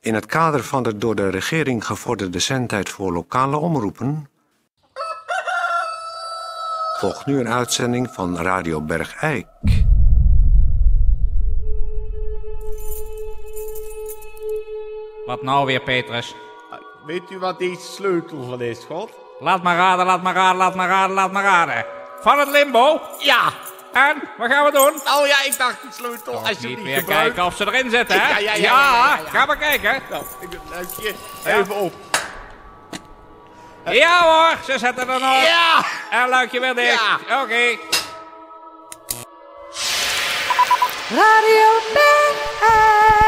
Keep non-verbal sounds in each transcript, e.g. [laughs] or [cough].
In het kader van de door de regering gevorderde zendtijd voor lokale omroepen. volgt nu een uitzending van Radio Bergijk. Wat nou weer, Petrus? Ah, Weet u wat deze sleutel van is, God? Laat maar raden, laat maar raden, laat maar raden, laat maar raden. Van het limbo? Ja! En, wat gaan we doen? Nou ja, ik dacht die sleutel, alsjeblieft. Niet meer gebruikt. kijken of ze erin zitten, hè? Ja, ja, ja, ja, ja, ja. ga maar kijken. Nou, ik het luikje even op. Ja hoor, ze zetten er nog. Ja! En luikje weer dicht. Ja. Oké. Radio Bergijk.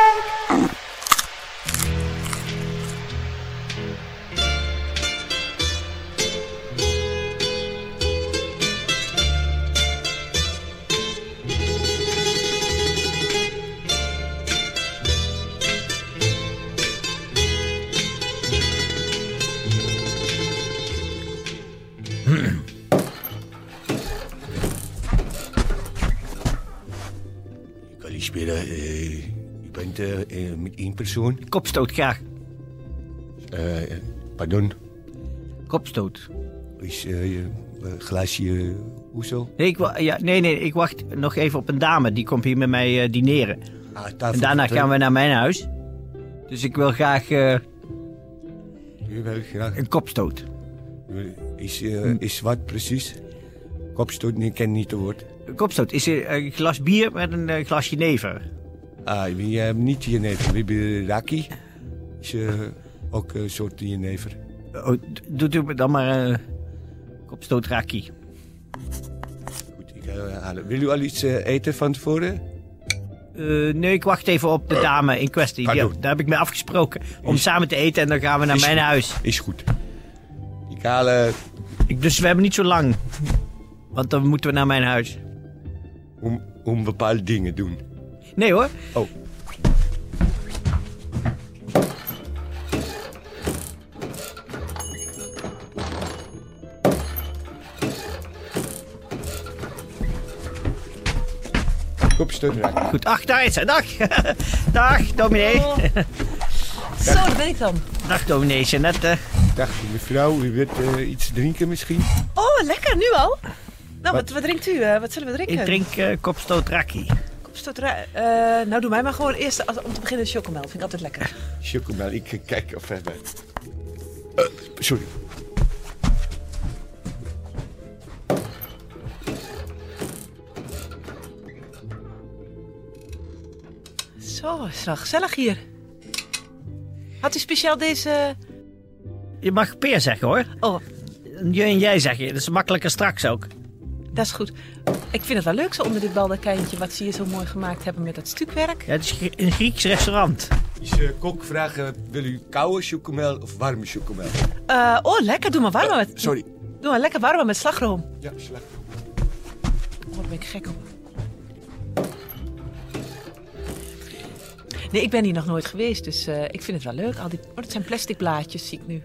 Kalispera, eh, ik ben er eh, met één persoon. Kopstoot graag. Eh, pardon, Kopstoot. is eh, eh, glaasje eh, hoezo? Nee, ik, wa- ja, nee, nee, ik wacht nog even op een dame. Die komt hier met mij eh, dineren. Ah, En daarna gaan we naar mijn huis. Dus ik wil graag eh, U wil graag. een kopstoot. Is, eh, Mm. is wat precies? Kopstoot, nee, ik ken niet het woord. Een kopstoot is eh, een glas bier met een eh, glas jenever. Ah, we hebben niet jenever, we hebben raki. Is eh, ook een soort jenever. Oh, d- doet u me dan maar eh kopstoot raki. Goed, ik ga eh, halen. Wil u al iets eh, eten van tevoren? Eh, nee, ik wacht even op de dame in kwestie. Die- pardon. daar heb ik mee afgesproken. Om samen te eten en dan gaan we naar Is- mijn huis. Is goed. Ik haal eh, Ik, dus we hebben niet zo lang. Want dan moeten we naar mijn huis. om, om bepaalde dingen doen. Nee hoor. Oh. Kopstoot raak. Goed. Ach, daar is ze. Dag. [laughs] Dag, dominee. Oh. Zo, dat ben ik dan. Dag, dominee Jeannette. Dag mevrouw, u wilt eh, iets drinken misschien? Oh, lekker, nu al. Nou, wat, wat drinkt u? eh? wat zullen we drinken? Ik drink eh, kopstoot raki. Kopstoot ra- eh, nou, doe mij maar gewoon eerst als- om te beginnen chocomel. Vind ik altijd lekker. Chocomel, ik ga kijken of hij bij. Eh, sorry. Zo, is het wel gezellig hier. Had u speciaal deze... Je mag peer zeggen hoor. Oh, Je en jij zeg je. Dat is makkelijker straks ook. dat is goed. Ik vind het wel leuk zo onder dit baldakijntje wat ze hier zo mooi gemaakt hebben met dat stukwerk. Ja, het is Grie- een Grieks restaurant. Is eh, kok vragen, wil u koude chocomel of warme chocomel? Eh, oh, lekker. Doe maar warm met... Sorry. Doe maar lekker warm met slagroom. Ja, slag. Oh, daar ben ik gek op. Nee, ik ben hier nog nooit geweest, dus eh, ik vind het wel leuk. Al die... Oh, dat zijn plastic blaadjes, zie ik nu.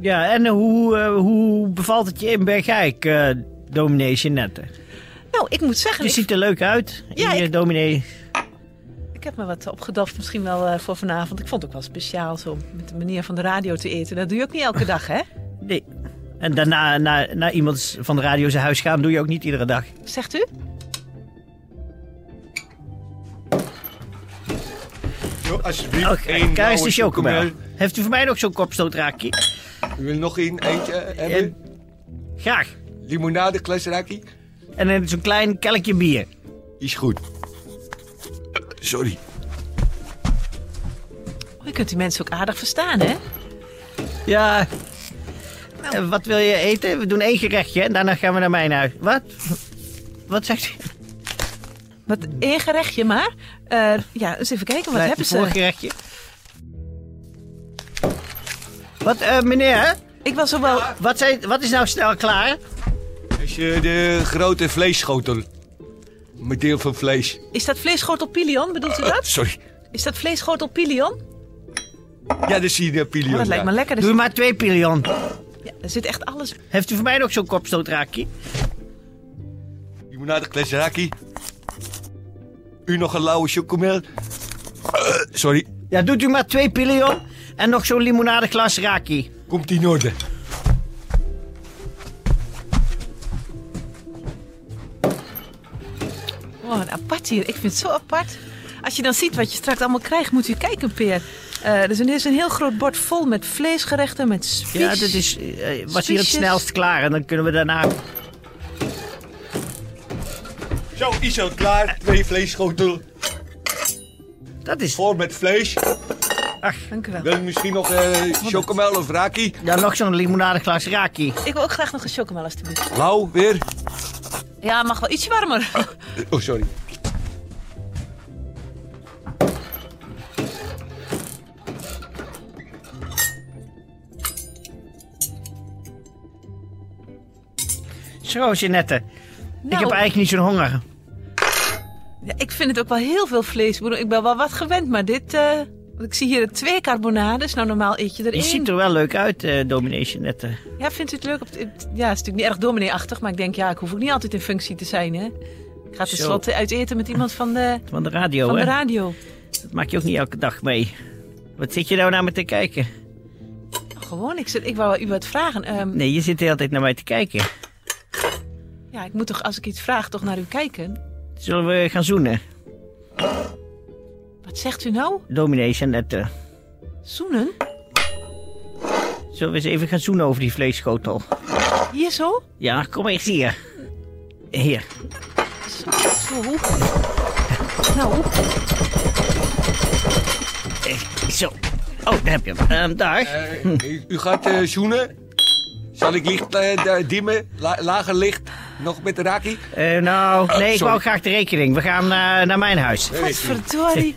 Ja, en eh, hoe, eh, hoe bevalt het je in Bergijk, eh dominee Jeannette? Nou, ik moet zeggen, Je ik, ziet er leuk uit. Ja, Hier, ik- dominee. ik heb me wat opgedoft misschien wel eh, voor vanavond. Ik vond het ook wel speciaal zo om met de manier van de radio te eten. Dat doe je ook niet elke dag, hè? Nee. En daarna naar, naar iemand van de radio zijn huis gaan doe je ook niet iedere dag. Zegt u? Zo, alsjeblieft. Oh, één kijk eens blauwe de chocomel. Heeft u voor mij nog zo'n kopstoot raki? U wil nog één eentje eh, hebben? Graag. Limonade, glas raki? En dan zo'n klein kelkje bier. Is goed. Eh, Sorry. Oh, je kunt die mensen ook aardig verstaan, hè? Ja. Eh, wat wil je eten? We doen één gerechtje en daarna gaan we naar mijn huis. Wat? Wat zegt u? Wat één gerechtje maar. Eh, ja, eens even kijken, wat Nee, hebben het ze? Voorgerechtje. Wat, eh, meneer? Ik was zo wel... Wat, zijn, wat is nou snel klaar? Als je eh, de grote vleesschotel. Met deel van vlees. Is dat vleesschotel pilion? Bedoelt u dat? Sorry. Is dat vleesschotel pilion? Oh, Ja, dat zie je de pilion. dat lijkt me lekker. Er Doe maar twee piljon. zit, ja, er zit echt alles... Heeft u voor mij nog zo'n kopstootraakje? Limonade, glas raki. U nog een lauwe chocomel? Eh, sorry. Ja, doet u maar twee pillen, om En nog zo'n limonadeglas raki. Komt in orde. Wow, Oh, een apart hier. Ik vind het zo apart. Als je dan ziet wat je straks allemaal krijgt, moet je kijken, Peer. Eh, dus er is een heel groot bord vol met vleesgerechten, met spies. Ja, dat is, eh, was hier het Spiesjes. snelst klaar. En dan kunnen we daarna... Zo, ISO klaar. Twee vleesschotel Dat is... voor met vlees. Dank u wel. Wil je misschien nog eh chocomel of raki? Ja, nog zo'n limonadeglas raki. Ik wil ook graag nog een chocomel, alstublieft. Lauw, weer. Ja, mag wel ietsje warmer. Oh, sorry. Zo, Jeanette. Ik [laughs] Nou, heb eigenlijk niet zo'n honger. ja, ik vind het ook wel heel veel vlees. Ik bedoel, Ik ben wel wat gewend, maar dit... eh, want ik zie hier twee carbonades. Nou, normaal eet je er Je één. ziet er wel leuk uit, eh dominee Jeanette. Ja, vindt u het leuk? Op het- ja, het is natuurlijk niet erg domineeachtig, maar ik denk, ja, ik hoef ook niet altijd in functie te zijn, hè. Ik ga tenslotte uit eten met iemand van de, Van de radio, van hè? de radio. dat maak je ook niet elke dag mee. Wat zit je nou naar me te kijken? Gewoon, ik, zit, ik wou wel u wat vragen. Ehm, Nee, je zit de hele tijd naar mij te kijken. Ja, ik moet toch, als ik iets vraag, toch naar u kijken? Zullen we gaan zoenen? Wat zegt u nou? Dominee Jeanette. Zoenen? Zullen we eens even gaan zoenen over die vleesschotel? Hier zo? Ja, kom eens hier. Hier. Zo. Nou, Eh, Zo. Oh, daar heb je hem. Ehm, daar. Eh, u- u gaat eh zoenen. Zal ik licht eh, da- dimmen? La- lager licht? Nog met de raki? Eh, nou, nee, sorry. ik wou graag de rekening. We gaan eh, naar mijn huis. godverdorie.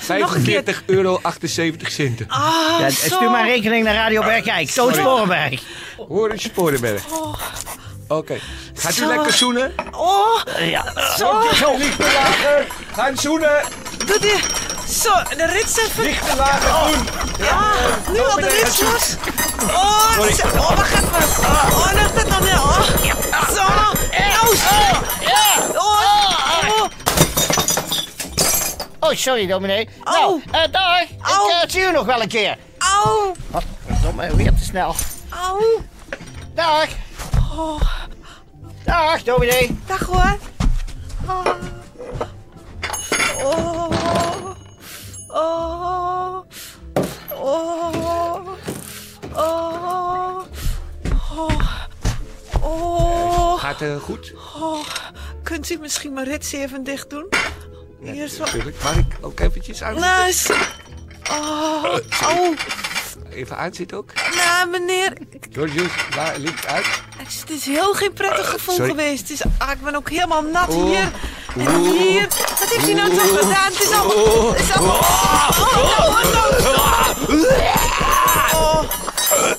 45 euro 78 centen. Ah, [laughs] Ja, zo. Eh, stuur maar een rekening naar Radio Bergijk. Toon Sporenberg. Hoor een sporenberg. Oké. Gaat u Zo. lekker zoenen? Oh, Eh, ja. zo. Licht te lager. Gaan zoenen. Doet u... Zo, de rits even. Licht te lager doen. Ah, nu al de rits los. Oh, zo. oh, wacht even. Oh, nog dat dan. ja. Oh. Zo. Oh, eh. shit. Oh, oh. Oh, sorry, dominee. Au. Nou, eh dag. Ik Au. eh, zie u nog wel een keer. Auw. Domme, weer te snel. Auw. Dag. Dag, dominee. Dag hoor. Ah. Oh. Oh. Oh. Oh. Oh. Oh. Gaat eh, goed? Kunt u misschien mijn rits even dicht doen? Hier zo. Natuurlijk. Mag ik ook eventjes aan? Nice. Oh. Oh. Even aanzitten ook. Nou, meneer. ik- Georgius, la- licht uit. Het is heel geen prettig gevoel sorry. geweest. Het is, ah, ik ben ook helemaal nat Oeh. hier. En Oeh. hier. Wat heeft u nou toch Oeh. gedaan? Het is allemaal... Het is allemaal... Oh,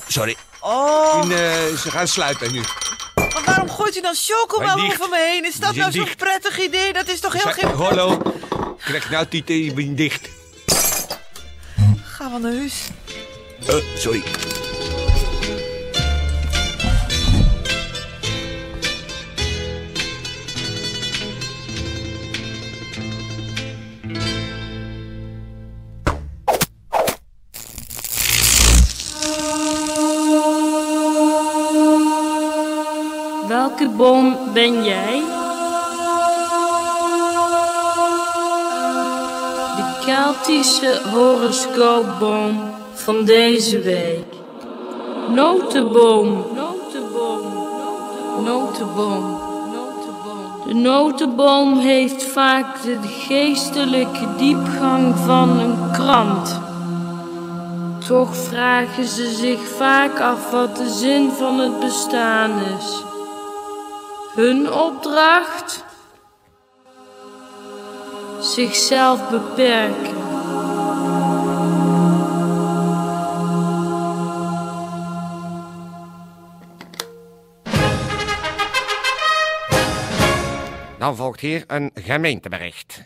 Sorry. Oh, En, eh, ze gaan sluiten nu. maar waarom gooit u dan chocomel Hij liegt. over me heen? Is dat Je nou zo'n liegt. Oh. prettig idee? Dat is toch heel Zij- geen... Hallo. Krijg nou Tite, je bent dicht. Ga wel naar huis. Eh, sorry. Welke boom ben jij? De Keltische horoscoopboom van deze week. Notenboom. Notenboom. Notenboom. De notenboom heeft vaak de geestelijke diepgang van een krant. Toch vragen ze zich vaak af wat de zin van het bestaan is. Hun opdracht? Zichzelf beperken. Dan volgt hier een gemeentebericht.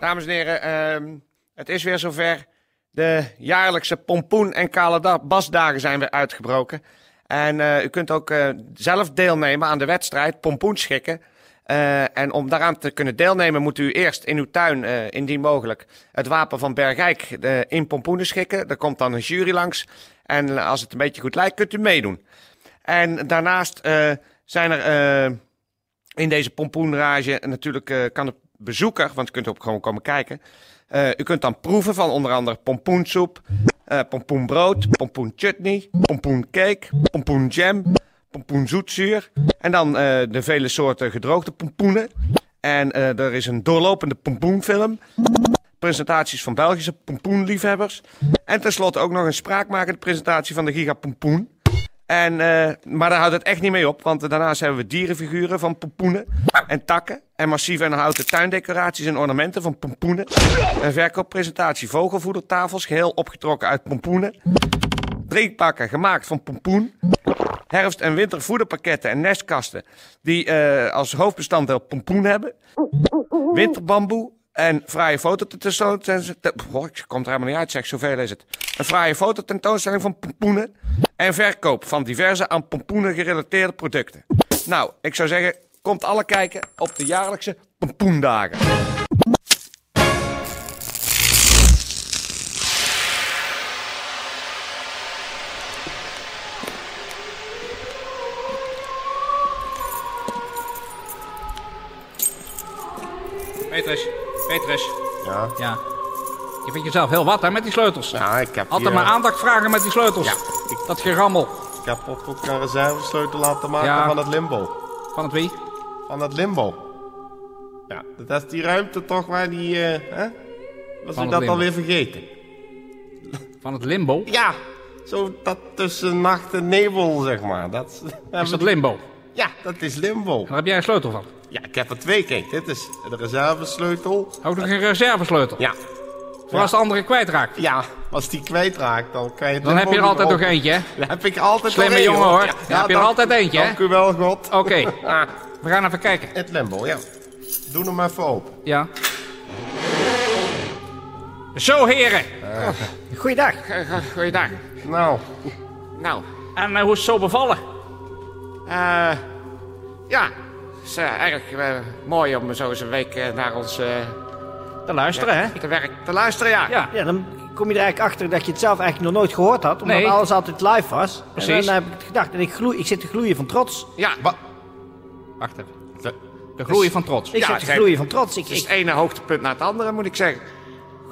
Dames en heren, ehm, het is weer zover. De jaarlijkse pompoen- en kale da- basdagen zijn weer uitgebroken. En eh, u kunt ook eh, zelf deelnemen aan de wedstrijd pompoen schikken. Eh, en om daaraan te kunnen deelnemen moet u eerst in uw tuin, eh, indien mogelijk, het wapen van Bergijk eh, in pompoenen schikken. Er komt dan een jury langs. En als het een beetje goed lijkt, kunt u meedoen. En daarnaast eh, zijn er eh, in deze pompoenrage natuurlijk eh, kan de bezoeker, want u kunt ook gewoon komen kijken. eh, u kunt dan proeven van onder andere pompoensoep, eh pompoenbrood, pompoenchutney, pompoencake, pompoenjam, pompoenzoetzuur. En dan eh, de vele soorten gedroogde pompoenen. En eh, er is een doorlopende pompoenfilm. Presentaties van Belgische pompoenliefhebbers. En tenslotte ook nog een spraakmakende presentatie van de Giga Pompoen. En, eh, maar daar houdt het echt niet mee op, want daarnaast hebben we dierenfiguren van pompoenen en takken. En massieve en houten tuindecoraties en ornamenten van pompoenen. Een verkooppresentatie vogelvoedertafels, geheel opgetrokken uit pompoenen. Drinkpakken gemaakt van pompoen. Herfst- en wintervoederpakketten en nestkasten die eh, als hoofdbestanddeel pompoen hebben. Winterbamboe en fraaie fototentoonstelling. Goh, ik kom er helemaal niet uit, zeg, zoveel is het. Een fraaie fototentoonstelling van pompoenen. En verkoop van diverse aan pompoenen gerelateerde producten. Nou, ik zou zeggen, komt alle kijken op de jaarlijkse pompoendagen. Petrus, Petrus. Ja. Ja. Je vindt jezelf heel wat, hè, met die sleutels. Ja, ik heb Altijd hier, maar eh, aandacht vragen met die sleutels. Ja, Dat gerammel. Ik heb ook ook een reservesleutel laten maken Ja. van het limbo. Van het wie? Van het limbo. Ja, dat is die ruimte toch waar die... eh, hè? Was Van u het dat limbo. alweer vergeten? Van het limbo? Ja, zo dat tussen nacht en nebel, zeg maar. Dat is- [laughs] Is dat limbo? En Ja, dat is limbo. daar heb jij een sleutel van. Ja, ik heb er twee. Kijk, dit is de reservesleutel. Ook nog een reservesleutel. Ja, Voor als de andere kwijtraakt. ja. Als die kwijtraakt, dan kan je... Dan heb je er altijd nog eentje, hè? Dan heb ik altijd Slimme nog één, jongen, hoor. Ja, Dan ja, heb je er dank- altijd eentje, hè? Dank u wel, God. Oké, ah, we gaan even kijken. Het limbo, ja. Doe hem even open. Ja. Zo, heren. Goeiedag. Goeiedag. Nou, Nou, En eh, hoe is het zo bevallen? eh ja, het is eh, erg eh, mooi om zo eens een week eh, naar ons eh, Te luisteren, hè? te werk te luisteren, ja. Ja. Ja, dan kom je er eigenlijk achter dat je het zelf eigenlijk nog nooit gehoord had. Omdat Nee. alles altijd live was. En Precies. dan heb ik het gedacht. En ik, gloei, ik zit te gloeien van trots. Ja, wat? Wacht even. De gloei van trots. Ik Ja, zit te kijk. gloeien van trots. Ik, het is het ik, ene hoogtepunt naar het andere, moet ik zeggen.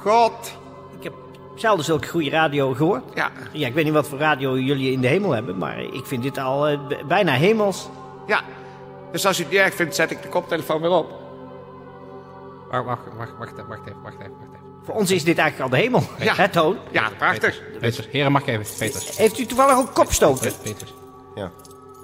God. ik heb zelden zulke goede radio gehoord. Ja, Ja, ik weet niet wat voor radio jullie in de hemel hebben. Maar ik vind dit al eh, b- bijna hemels. ja. Dus als u het niet erg vindt, zet ik de koptelefoon weer op. Wacht, Oh, wacht, wacht, wacht, even, wacht even, wacht even. Wacht even. Voor ons is dit eigenlijk al de hemel. Ja. Hè, Toon? Ja, prachtig. Peters, heren, mag ik even? Peters. Heeft u toevallig ook kopstoten? Peters, Peters. Ja,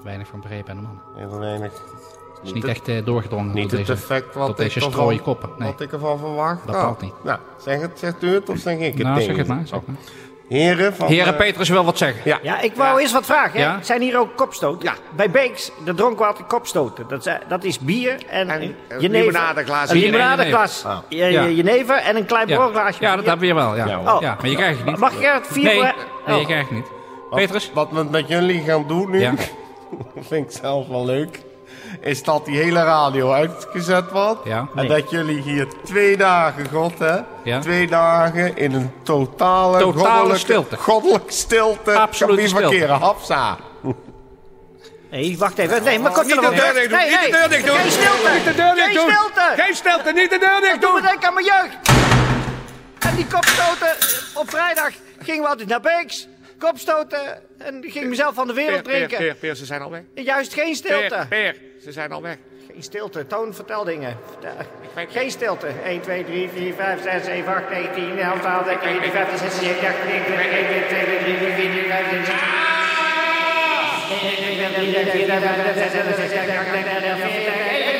Weinig van begrepen aan de man. heel weinig. Het is niet echt eh, doorgedrongen Niet tot het deze, effect wat tot ik deze ervan- strooie koppen. Nee. Wat ik ervan verwacht. Dat had. valt niet. Nou, zeg het, zegt u het of zeg ik het? Nou, denk zeg ik? het maar. Zeg maar. Heren van... Heren eh, Petrus wil wat zeggen. Ja. Ja, ik wou eens wat vragen. Hè? Ja. Zijn hier ook kopstoten? Ja. Bij Beeks, daar dronken we altijd kopstoten. Dat, is- dat is bier en, En, eh, eh, jenever. limonadeglazen. Een Bier en limonadeglas. jenever. Je- je- Ah. Ja. Jenever en een klein Ja, borrelglaasje. ja dat hebben we wel. Ja. Ja, Ja, hoor. maar je krijgt het niet. Mag ik er vier Nee, voor... nee Oh. je krijgt het niet. Petrus? Wat we met jullie gaan doen nu, Ja. [laughs] vind ik zelf wel leuk, is dat die hele radio uitgezet wordt. Ja. En dat jullie hier twee dagen, god hè, Ja. twee dagen in een totale, Totale goddelijke, stilte. goddelijke stilte. Absolute kan niet stilte. verkeren, hapsa. Nee, wacht even. Nee, maar kom Oh, Niet de deur dicht doen, niet de deur dicht doen. Geen stilte. Niet de deur dicht Geen doen. stilte. Geen stilte, niet de deur dicht Ik doe me doen! denken aan mijn jeugd. En die kopstoten. eh, Op vrijdag gingen we altijd naar Beeks. Kopstoten. En ging mezelf van de wereld drinken. Peer, Peer, ze zijn al weg. Juist geen stilte. Peer, Peer, ze zijn al weg. Geen stilte. Toon, vertel dingen. Vertel. weet- Geen stilte. 1, 2, 3, 4, 5, 6, 7, 8, 9, 10, 11, 12, 13, 14, 15, 16, 17, 18, 19, 20, 21, 22, 23, 24, 25, 26, 27, 28, 29, 30, 31, 32, 33, 34, 35, 36, 37, 38, 39, 40, 41, 42, 43, 44, 45, 46, 47, 48, 49, 50, 51, 52, 53, 54, 55, 56, 57, 58, 59, 60, 61, 62, 63, 64, 65, 66, 67, 68, 69, 70, 71, 72, 73, 74, 75, 76, 77, 78, 79, 80, 81, 82, 83, 84, 85, 86, 87, 88, 89, 90, 91, 92, 93, 94, 95, 96, 97, 98, 99, 100, 101, 102, 103, 104, 105, 106, 107, 108, 109, 110, 111, 112, 113, 114, 115, 116, 117, 118, 119, 120, 121, 122, 123, 124, 125, 126, 127, 128, 129, 130, 131, 132, 133, 134, 135, 136, 137, 138, 139, 140, 1